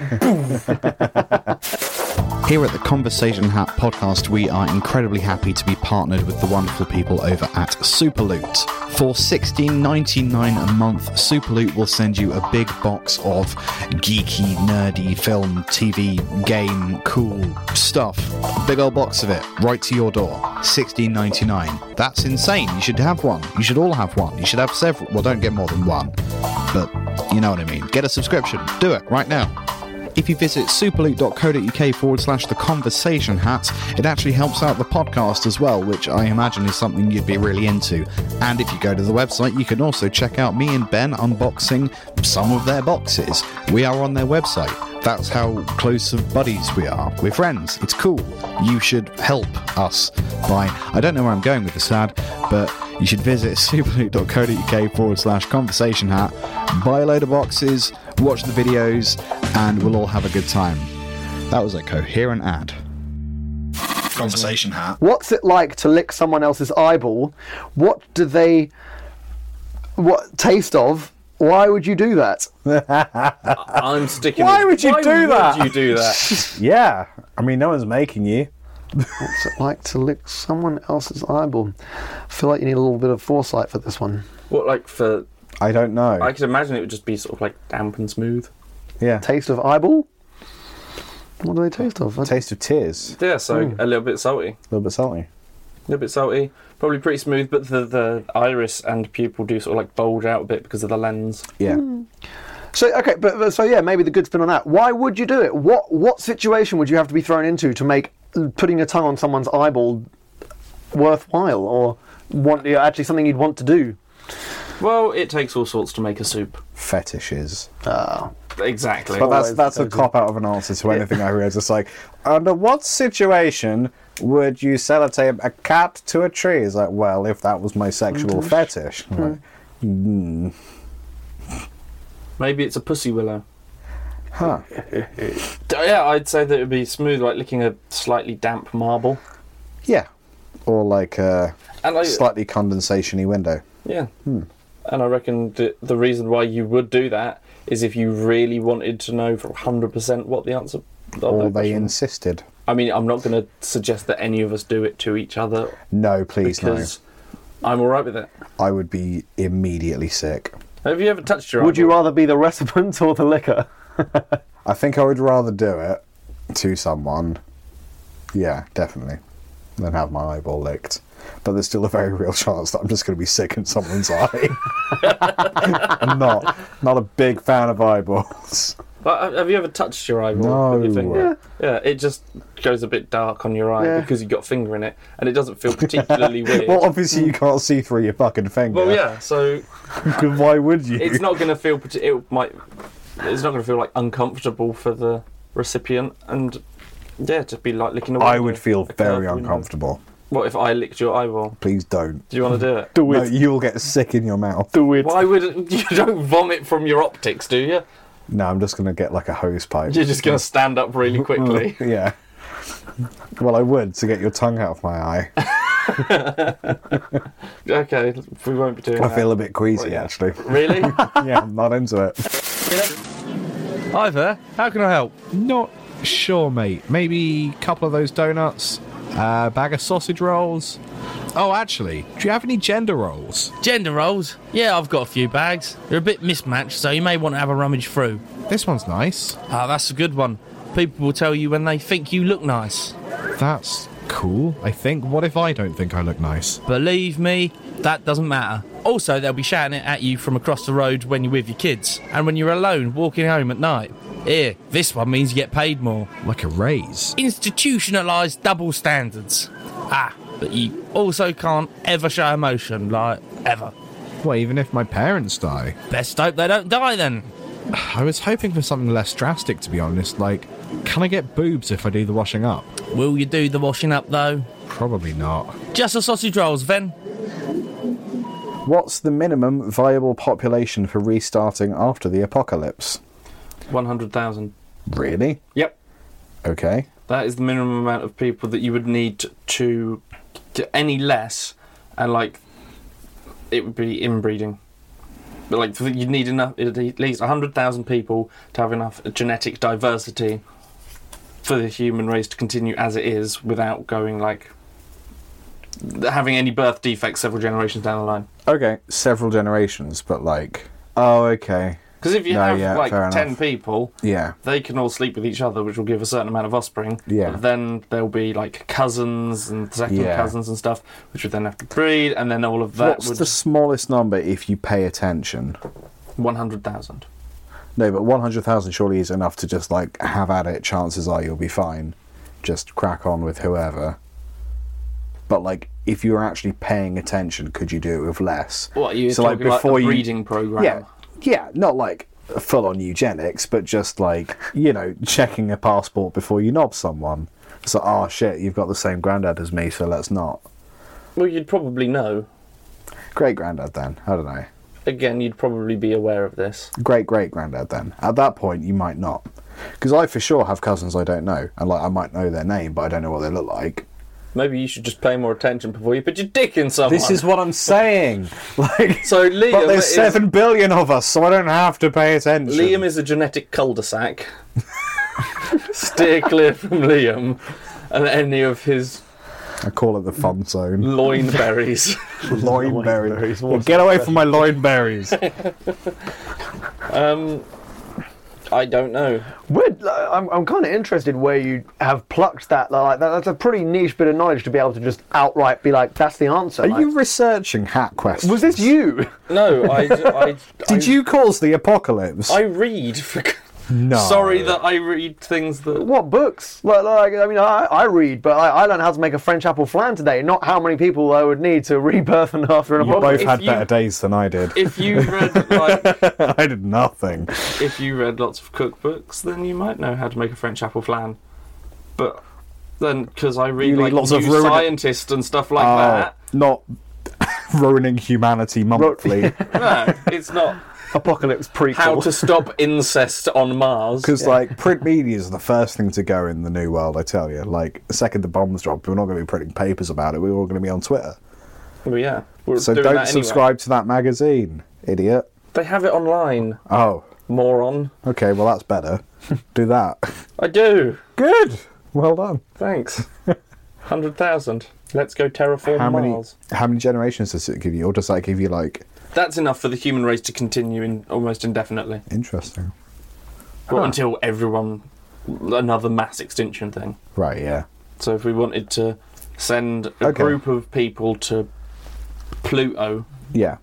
Speaker 6: Here at the Conversation Hat podcast, we are incredibly happy to be partnered with the wonderful people over at Superloot. For $16.99 a month, Superloot will send you a big box of geeky, nerdy film, TV, game, cool stuff. Big old box of it, right to your door. $16.99. That's insane. You should have one. You should all have one. You should have several. Well, don't get more than one. But you know what I mean. Get a subscription. Do it right now. If you visit superloot.co.uk forward slash the conversation hat, it actually helps out the podcast as well, which I imagine is something you'd be really into. And if you go to the website, you can also check out me and Ben unboxing some of their boxes. We are on their website. That's how close of buddies we are. We're friends. It's cool. You should help us by, I don't know where I'm going with this ad, but you should visit superloot.co.uk forward slash conversation hat, buy a load of boxes, watch the videos, and we'll all have a good time. That was a coherent ad. Conversation hat.
Speaker 4: What's it like to lick someone else's eyeball? What do they. What taste of? Why would you do that?
Speaker 2: I'm sticking.
Speaker 3: Why would
Speaker 2: with-
Speaker 3: you do that?
Speaker 2: Why would you do that?
Speaker 3: Yeah. I mean, no one's making you.
Speaker 4: What's it like to lick someone else's eyeball? I feel like you need a little bit of foresight for this one.
Speaker 2: what like for?
Speaker 3: I don't know.
Speaker 2: I could imagine it would just be sort of like damp and smooth.
Speaker 3: yeah.
Speaker 4: Taste of eyeball? What do they taste of? I-
Speaker 3: Taste of tears.
Speaker 2: Yeah, so a little bit salty.
Speaker 3: A little bit salty.
Speaker 2: A little bit salty, probably pretty smooth, but the, the iris and pupil do sort of like bulge out a bit because of the lens.
Speaker 3: Yeah.
Speaker 4: So okay, but, but so yeah, maybe the good spin on that. Why would you do it? What what situation would you have to be thrown into to make putting your tongue on someone's eyeball worthwhile or want you know, actually something you'd want to do?
Speaker 2: Well, it takes all sorts to make a soup.
Speaker 3: Fetishes.
Speaker 2: Exactly.
Speaker 3: But that's
Speaker 4: Always
Speaker 3: that's a
Speaker 4: goes
Speaker 3: cop out of an answer to anything I read. It's like, under what situation would you sellotape a cat to a tree? It's like, well, if that was my sexual fetish. I'm like,
Speaker 2: Maybe it's a pussy willow.
Speaker 3: huh.
Speaker 2: D- Yeah, I'd say that it'd be smooth, like licking a slightly damp marble.
Speaker 3: Yeah. Or like a
Speaker 2: And I,
Speaker 3: slightly condensation y window.
Speaker 2: yeah. And I reckon th- the reason why you would do that is if you really wanted to know for 100% what the answer. of
Speaker 3: Or
Speaker 2: that
Speaker 3: they
Speaker 2: question-
Speaker 3: insisted.
Speaker 2: I mean, I'm not going to suggest that any of us do it to each other
Speaker 3: No, please
Speaker 2: because I'm all right with it.
Speaker 3: no. I would be immediately sick.
Speaker 2: Have you ever touched your?
Speaker 4: Would you
Speaker 2: eyeball?
Speaker 4: rather be the recipients or the liquor?
Speaker 3: I think I would rather do it to someone. Yeah, definitely. Than have my eyeball licked. But there's still a very real chance that I'm just going to be sick in someone's eye. I'm not, not a big fan of eyeballs.
Speaker 2: Uh, Have you ever touched your eyeball?
Speaker 3: No.
Speaker 2: with your finger? Yeah. it just goes a bit dark on your eye
Speaker 4: Yeah.
Speaker 2: because you got finger in it, and it doesn't feel particularly weird.
Speaker 3: Well, oh, obviously you can't see through your fucking finger.
Speaker 2: Well, yeah. So
Speaker 3: 'cause why would you?
Speaker 2: it's not going to feel. parti- It might. It's not going to feel like uncomfortable for the recipient, and yeah, just be like licking. A
Speaker 3: I
Speaker 2: window,
Speaker 3: would feel
Speaker 2: a curved
Speaker 3: very
Speaker 2: window.
Speaker 3: uncomfortable.
Speaker 2: What if I licked your eyeball?
Speaker 3: Please don't.
Speaker 2: Do you want to do it?
Speaker 3: Do it. No, you'll get sick in your mouth.
Speaker 4: Do it.
Speaker 2: Why would you don't vomit from your optics, do you?
Speaker 3: No, I'm just going to get like a hose pipe.
Speaker 2: You're just going to stand up really quickly.
Speaker 3: yeah. Well, I would to get your tongue out of my eye.
Speaker 2: okay, we won't be doing
Speaker 3: I
Speaker 2: that.
Speaker 3: feel a bit queasy
Speaker 2: Well, yeah.
Speaker 3: actually.
Speaker 2: really.
Speaker 3: yeah, I'm not into it.
Speaker 6: Hi there. How can I help? Not sure, mate. Maybe a couple of those donuts, a bag of sausage rolls. Oh, actually, do you have any gender rolls?
Speaker 7: Gender roles? Yeah, I've got a few bags. They're a bit mismatched, so you may want to have a rummage through.
Speaker 6: This one's nice.
Speaker 7: Ah, that's a good one. People will tell you when they think you look nice.
Speaker 6: That's cool, I think. What if I don't think I look nice?
Speaker 7: Believe me, that doesn't matter. Also, they'll be shouting it at you from across the road when you're with your kids and when you're alone walking home at night. Here, this one means you get paid more.
Speaker 6: Like a raise.
Speaker 7: Institutionalised double standards. Ah, But you also can't ever show emotion, like, ever.
Speaker 8: Well, even if my parents die.
Speaker 7: Best hope they don't die then.
Speaker 8: I was hoping for something less drastic, to be honest. Like, can I get boobs if I do the washing up?
Speaker 7: Will you do the washing up though?
Speaker 8: Probably not.
Speaker 7: Just the sausage rolls, then.
Speaker 3: What's the minimum viable population for restarting after the apocalypse?
Speaker 2: 100,000.
Speaker 3: Really?
Speaker 2: Yep.
Speaker 3: Okay.
Speaker 2: That is the minimum amount of people that you would need to, to any less, and like it would be inbreeding. But like you'd need enough, at least hundred thousand people to have enough uh, genetic diversity for the human race to continue as it is without going like having any birth defects several generations down the line.
Speaker 3: Okay, several generations, but like. Oh, okay.
Speaker 2: Because if you
Speaker 3: No,
Speaker 2: have
Speaker 3: yeah,
Speaker 2: like
Speaker 3: fair
Speaker 2: ten
Speaker 3: enough.
Speaker 2: people,
Speaker 3: Yeah.
Speaker 2: they can all sleep with each other, which will give a certain amount of offspring.
Speaker 3: Yeah.
Speaker 2: But then there'll be like cousins and second
Speaker 3: Yeah.
Speaker 2: cousins and stuff, which would then have to breed, and then all of that
Speaker 3: What's
Speaker 2: would
Speaker 3: the smallest number if you pay attention?
Speaker 2: one hundred thousand.
Speaker 3: No, but 100,000 surely is enough to just like have at it. Chances are you'll be fine. Just crack on with whoever. But like, if you were actually paying attention, could you do it with less?
Speaker 2: What you
Speaker 3: So,
Speaker 2: talking like,
Speaker 3: before
Speaker 2: the
Speaker 3: you-
Speaker 2: breeding program?
Speaker 3: Yeah, yeah, not like full on eugenics, but just like you know, checking a passport before you knob someone. So, oh shit, you've got the same granddad as me, so let's not.
Speaker 2: Well, you'd probably know.
Speaker 3: Great granddad, then. I don't know.
Speaker 2: Again, you'd probably be aware of this.
Speaker 3: Great great granddad, then. At that point, you might not, because I for sure have cousins I don't know, and like I might know their name, but I don't know what they look like.
Speaker 2: Maybe you should just pay more attention before you put your dick in someone.
Speaker 3: This is what I'm saying. Like,
Speaker 2: so Liam.
Speaker 3: but there's
Speaker 2: is,
Speaker 3: seven billion of us, so I don't have to pay attention.
Speaker 2: Liam is a genetic cul-de-sac. Steer clear from Liam and any of his
Speaker 3: I call it the fun zone.
Speaker 2: loin berries.
Speaker 3: Loin berries.
Speaker 4: berries.
Speaker 3: Well, get away from my loin berries.
Speaker 2: Um, I don't know.
Speaker 4: Weird, like, I'm, I'm kind of interested where you have plucked that. Like that, that's a pretty niche bit of knowledge to be able to just outright be like, "That's the answer."
Speaker 3: Are
Speaker 4: like,
Speaker 3: you researching hat questions?
Speaker 4: Was this you?
Speaker 2: No, I. I
Speaker 3: Did you cause the apocalypse?
Speaker 2: I read. For,
Speaker 3: no.
Speaker 2: Sorry that I read things that.
Speaker 4: What books? Like, like I mean, I, I read, but I, I learned how to make a French apple flan today. Not how many people I would need to rebirth and after an
Speaker 3: You both
Speaker 4: apocalypse.
Speaker 3: had
Speaker 2: you-
Speaker 3: better days than I did.
Speaker 2: If you read like,
Speaker 3: I did nothing.
Speaker 2: if you read lots of cookbooks, then you might know how to make a French apple flan. But then, because I read
Speaker 3: You read
Speaker 2: like
Speaker 3: lots
Speaker 2: new
Speaker 3: of ruined-
Speaker 2: scientist and stuff like
Speaker 3: Oh, not ruining humanity monthly.
Speaker 2: that. No, it's not
Speaker 4: apocalypse prequel.
Speaker 2: how to stop incest on Mars.
Speaker 3: Because like print media is the first thing to go in the new world, I tell you. Like second the bombs drop, we're not going to be printing papers about it. We're all going to be on Twitter.
Speaker 2: Well, yeah, we're
Speaker 3: So
Speaker 2: doing
Speaker 3: don't
Speaker 2: that anyway.
Speaker 3: subscribe to that magazine, idiot.
Speaker 2: They have it online,
Speaker 3: Oh,
Speaker 2: moron.
Speaker 3: okay. Well, that's better. Do that.
Speaker 2: I do.
Speaker 3: Good. Well done.
Speaker 2: Thanks. Hundred thousand. Let's go terraform
Speaker 3: How many?
Speaker 2: Mars.
Speaker 3: How many generations does it give you, or does that give you like
Speaker 2: That's enough for the human race to continue in almost indefinitely.
Speaker 3: interesting?
Speaker 4: Ah.
Speaker 2: Well, until everyone, another mass extinction thing.
Speaker 3: Right. Yeah.
Speaker 2: So if we wanted to send a
Speaker 3: Okay.
Speaker 2: group of people to Pluto
Speaker 3: Yeah.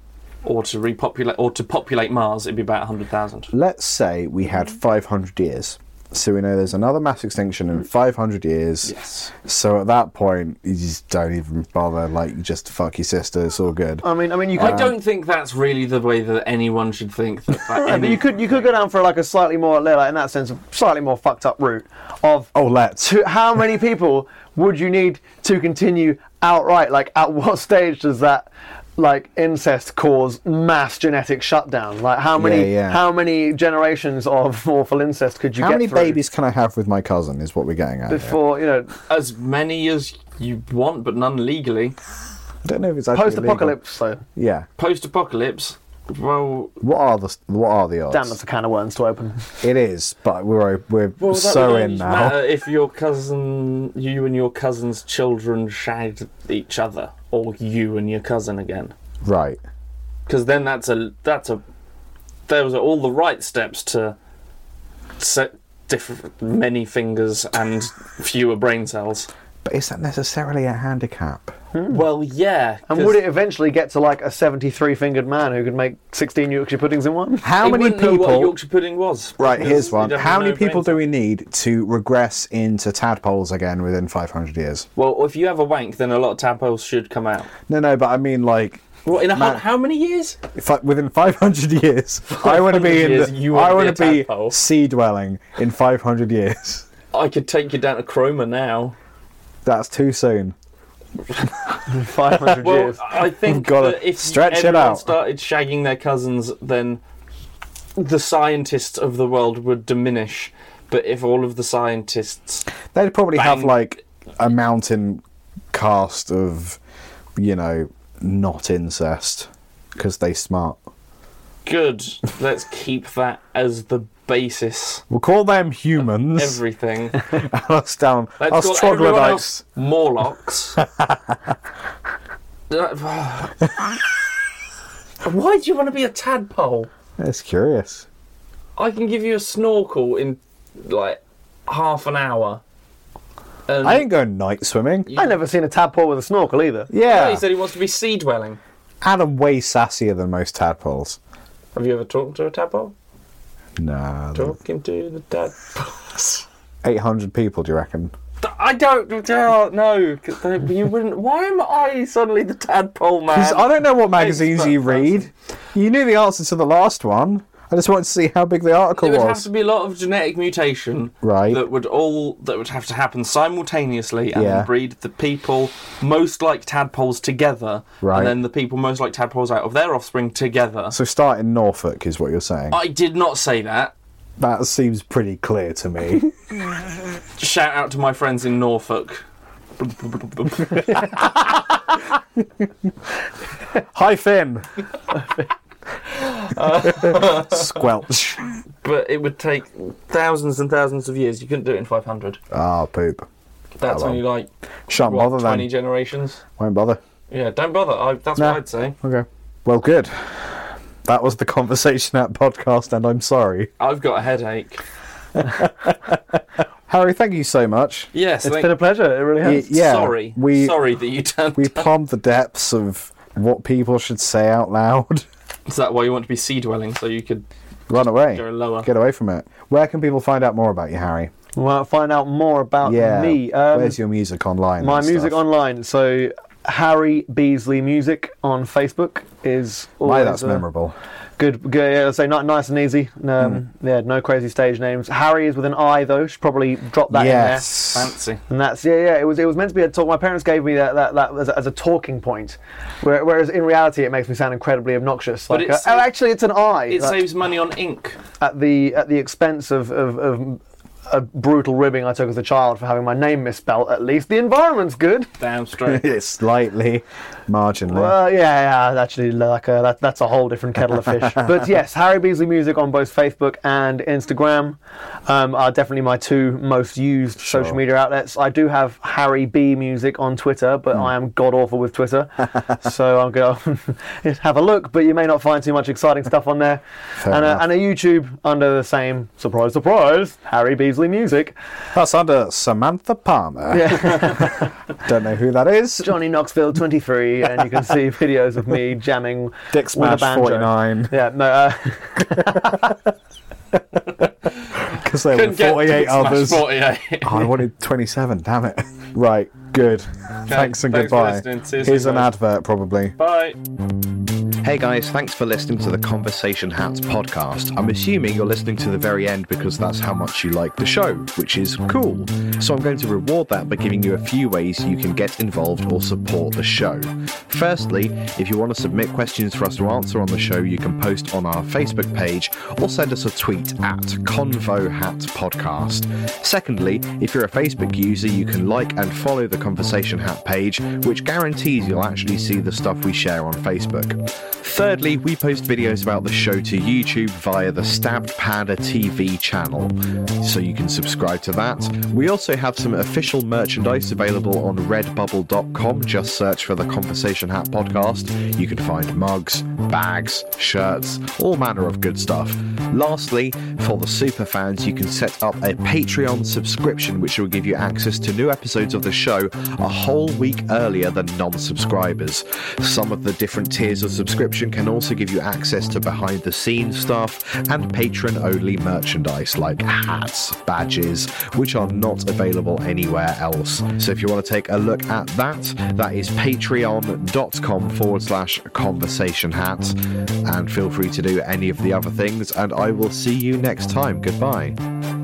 Speaker 2: or to repopulate or to populate Mars, it'd be about hundred thousand.
Speaker 3: Let's say we had 500 years. So we know there's another mass extinction in 500 years.
Speaker 2: Yes.
Speaker 3: So at that point, you just don't even bother. Like, you just fuck your sister. It's all good.
Speaker 4: I mean, I mean, you could.
Speaker 2: I don't think that's really the way that anyone should think. That, that
Speaker 4: Yeah, but you
Speaker 2: any-
Speaker 4: could you could go down for like a slightly more like in that sense a slightly more fucked up route of
Speaker 3: Oh, let's.
Speaker 4: to how many people would you need to continue outright like at what stage does that like incest cause mass genetic shutdown like how many
Speaker 3: Yeah, yeah.
Speaker 4: how many generations of morphal incest could you
Speaker 3: How
Speaker 4: get
Speaker 3: many
Speaker 4: through
Speaker 3: babies can I have with my cousin? Is what we're getting at. here.
Speaker 4: before you know
Speaker 2: as many as you want, but none legally.
Speaker 3: I don't know if it's actually
Speaker 4: post
Speaker 3: illegal.
Speaker 4: apocalypse so
Speaker 3: Yeah.
Speaker 2: Post-apocalypse. Well,
Speaker 3: What are the What are the odds?
Speaker 4: damn that's a can of worms to open
Speaker 3: It is, but we're we're
Speaker 2: Well, that
Speaker 3: so
Speaker 2: would
Speaker 3: in
Speaker 2: only
Speaker 3: now.
Speaker 2: Matter if your cousin, you and your cousin's children shagged each other, or you and your cousin again,
Speaker 3: Right.
Speaker 2: because then that's a that's a those are all the right steps to set diff- many fingers and fewer brain cells.
Speaker 3: But is that necessarily a handicap?
Speaker 2: Well, yeah.
Speaker 4: And would it eventually get to like a 73 fingered man who could make 16 Yorkshire puddings in one?
Speaker 3: How many
Speaker 2: Know what
Speaker 3: people?
Speaker 2: Yorkshire pudding was.
Speaker 3: Right,
Speaker 2: because
Speaker 3: here's
Speaker 2: you
Speaker 3: one.
Speaker 2: don't
Speaker 3: How
Speaker 2: know
Speaker 3: many people
Speaker 2: brains.
Speaker 3: do we need to regress into tadpoles again within 500 years?
Speaker 2: Well, if you have a wank, then a lot of tadpoles should come out.
Speaker 3: No, no, but I mean like
Speaker 2: What in a
Speaker 3: Man.
Speaker 2: hun- how many years?
Speaker 3: if I, within 500 years. I want to be in.
Speaker 2: 500
Speaker 3: the-
Speaker 2: years, you
Speaker 3: I
Speaker 2: wanna
Speaker 3: want
Speaker 2: be a
Speaker 3: to be
Speaker 2: tadpole.
Speaker 3: sea dwelling in 500 years.
Speaker 2: I could take you down to Cromer now.
Speaker 3: That's too soon.
Speaker 4: 500
Speaker 2: Well,
Speaker 4: years.
Speaker 2: I think
Speaker 3: Gotta
Speaker 2: that if
Speaker 3: stretch it
Speaker 2: everyone
Speaker 3: out.
Speaker 2: started shagging their cousins, then the scientists of the world would diminish. But if all of the scientists,
Speaker 3: They'd probably have
Speaker 2: Bang.
Speaker 3: like a mountain cast of, you know, not incest because they smart.
Speaker 2: good, let's keep that as the basis.
Speaker 3: We'll call them humans.
Speaker 2: Everything.
Speaker 3: us down.
Speaker 2: Let's
Speaker 3: us
Speaker 2: call everyone
Speaker 3: troglodytes.
Speaker 2: else Morlocks. Why do you want to be a tadpole?
Speaker 3: That's curious.
Speaker 2: I can give you a snorkel in like half an hour. And
Speaker 3: I ain't going night swimming.
Speaker 4: I never seen a tadpole with a snorkel either.
Speaker 2: No,
Speaker 3: Yeah.
Speaker 2: he said he wants to be sea dwelling.
Speaker 3: Adam way sassier than most tadpoles.
Speaker 2: Have you ever talked to a tadpole?
Speaker 3: Nah. the-
Speaker 2: Talking to the tadpoles.
Speaker 3: 800 people, do you reckon?
Speaker 2: I don't oh, no. 'cause they- You wouldn't. Why am I suddenly the tadpole man?
Speaker 3: 'Cause I don't know what magazines
Speaker 2: expert
Speaker 3: you read. You knew the answer to the last one. I just wanted to see how big the article
Speaker 2: There would have
Speaker 3: was.
Speaker 2: to be a lot of genetic mutation,
Speaker 3: Right.
Speaker 2: That would all that would have to happen simultaneously, and
Speaker 3: Yeah.
Speaker 2: then breed the people most like tadpoles together,
Speaker 3: Right.
Speaker 2: and then the people most like tadpoles out of their offspring together.
Speaker 3: So start in Norfolk is what you're saying.
Speaker 2: I did not say that.
Speaker 3: That seems pretty clear to me.
Speaker 2: Shout out to my friends in Norfolk.
Speaker 3: Hi Finn. Squelch.
Speaker 2: but it would take thousands and thousands of years. You couldn't do it in 500.
Speaker 3: Ah, poop.
Speaker 2: That's
Speaker 3: well.
Speaker 2: only like
Speaker 3: Shan't
Speaker 2: what,
Speaker 3: bother
Speaker 2: 20
Speaker 3: then.
Speaker 2: generations.
Speaker 3: Won't bother.
Speaker 2: Yeah, don't bother. I, that's
Speaker 3: Nah.
Speaker 2: what I'd say.
Speaker 3: Okay. Well, good. That was the conversation at podcast, and I'm sorry,
Speaker 2: I've got a headache.
Speaker 3: Harry. Thank you so much.
Speaker 2: Yes,
Speaker 4: It's
Speaker 2: thank-
Speaker 4: been a pleasure. It really
Speaker 3: Y-
Speaker 4: has.
Speaker 3: yeah,
Speaker 2: sorry.
Speaker 3: We
Speaker 2: sorry that you turned.
Speaker 3: we plumbed the depths of what people should say out loud.
Speaker 2: Is that why you want to be sea dwelling so you could
Speaker 3: Run away.
Speaker 2: go lower?
Speaker 3: Get away from it. Where can people find out more about you, Harry?
Speaker 4: Well, find out more about
Speaker 3: Yeah.
Speaker 4: me. Um,
Speaker 3: Where's your music online?
Speaker 4: my
Speaker 3: and
Speaker 4: music
Speaker 3: stuff?
Speaker 4: online. So Harry Beasley Music on Facebook is
Speaker 3: Why
Speaker 4: always uh,
Speaker 3: that's
Speaker 4: a
Speaker 3: memorable. Mm.
Speaker 4: Good, good. Yeah, so not nice and easy. Um, Yeah, no crazy stage names. Harry is with an I though. Should probably drop that in there.
Speaker 3: yes.
Speaker 2: Fancy.
Speaker 4: And that's yeah, yeah. It was it was meant to be a talk. My parents gave me that that, that as, a, as a talking point, where, whereas in reality it makes me sound incredibly obnoxious. Like,
Speaker 2: it's-
Speaker 4: uh, oh, actually, it's an I.
Speaker 2: It
Speaker 4: like,
Speaker 2: saves money on ink.
Speaker 4: at the at the expense of of. of a brutal ribbing I took as a child for having my name misspelt. At least the environment's good.
Speaker 2: Damn straight.
Speaker 3: It's slightly marginally.
Speaker 4: Well, Uh, yeah, yeah, actually, like a, that, that's a whole different kettle of fish. but yes, Harry Beasley Music on both Facebook and Instagram um, are definitely my two most used social media outlets. I do have Harry B Music on Twitter, but I am god awful with Twitter, so I'm going to have a look. But you may not find too much exciting stuff on there. And a,
Speaker 3: enough.
Speaker 4: and a YouTube under the same surprise, surprise, Harry Beasley Music.
Speaker 3: That's under Samantha Palmer. Don't know who that is.
Speaker 4: Johnny Knoxville 23, and you can see videos of me jamming
Speaker 3: Dick
Speaker 4: with a
Speaker 3: Smash
Speaker 4: banjo.
Speaker 3: 49.
Speaker 4: Yeah, no. Uh,
Speaker 3: Because there were 48 others.
Speaker 2: Smash 48.
Speaker 3: Oh, I wanted 27, damn it. Right, good. thanks and
Speaker 2: thanks for
Speaker 3: goodbye.
Speaker 2: listening. See you
Speaker 3: Here's an
Speaker 2: soon, guys.
Speaker 3: advert, probably.
Speaker 2: Bye.
Speaker 6: Hey guys, thanks for listening to the Conversation Hats podcast. I'm assuming you're listening to the very end because that's how much you like the show, which is cool. So I'm going to reward that by giving you a few ways you can get involved or support the show. Firstly, if you want to submit questions for us to answer on the show, you can post on our Facebook page or send us a tweet at Convo Hat Podcast. Secondly, if you're a Facebook user, you can like and follow the Conversation Hat page, which guarantees you'll actually see the stuff we share on Facebook. Thirdly, we post videos about the show to YouTube via the Stabbed Powder TV channel, so you can subscribe to that. We also have some official merchandise available on redbubble.com. Just search for the Conversation Hat podcast. You can find mugs, bags, shirts, all manner of good stuff. Lastly, for the super fans, you can set up a Patreon subscription, which will give you access to new episodes of the show a whole week earlier than non subscribers. Some of the different tiers of subscription can also give you access to behind the scenes stuff and patron only merchandise like hats, badges, which are not available anywhere else. So if you want to take a look at that, that is patreon.com forward slash conversation hat. And feel free to do any of the other things. And I will see you next time. Goodbye.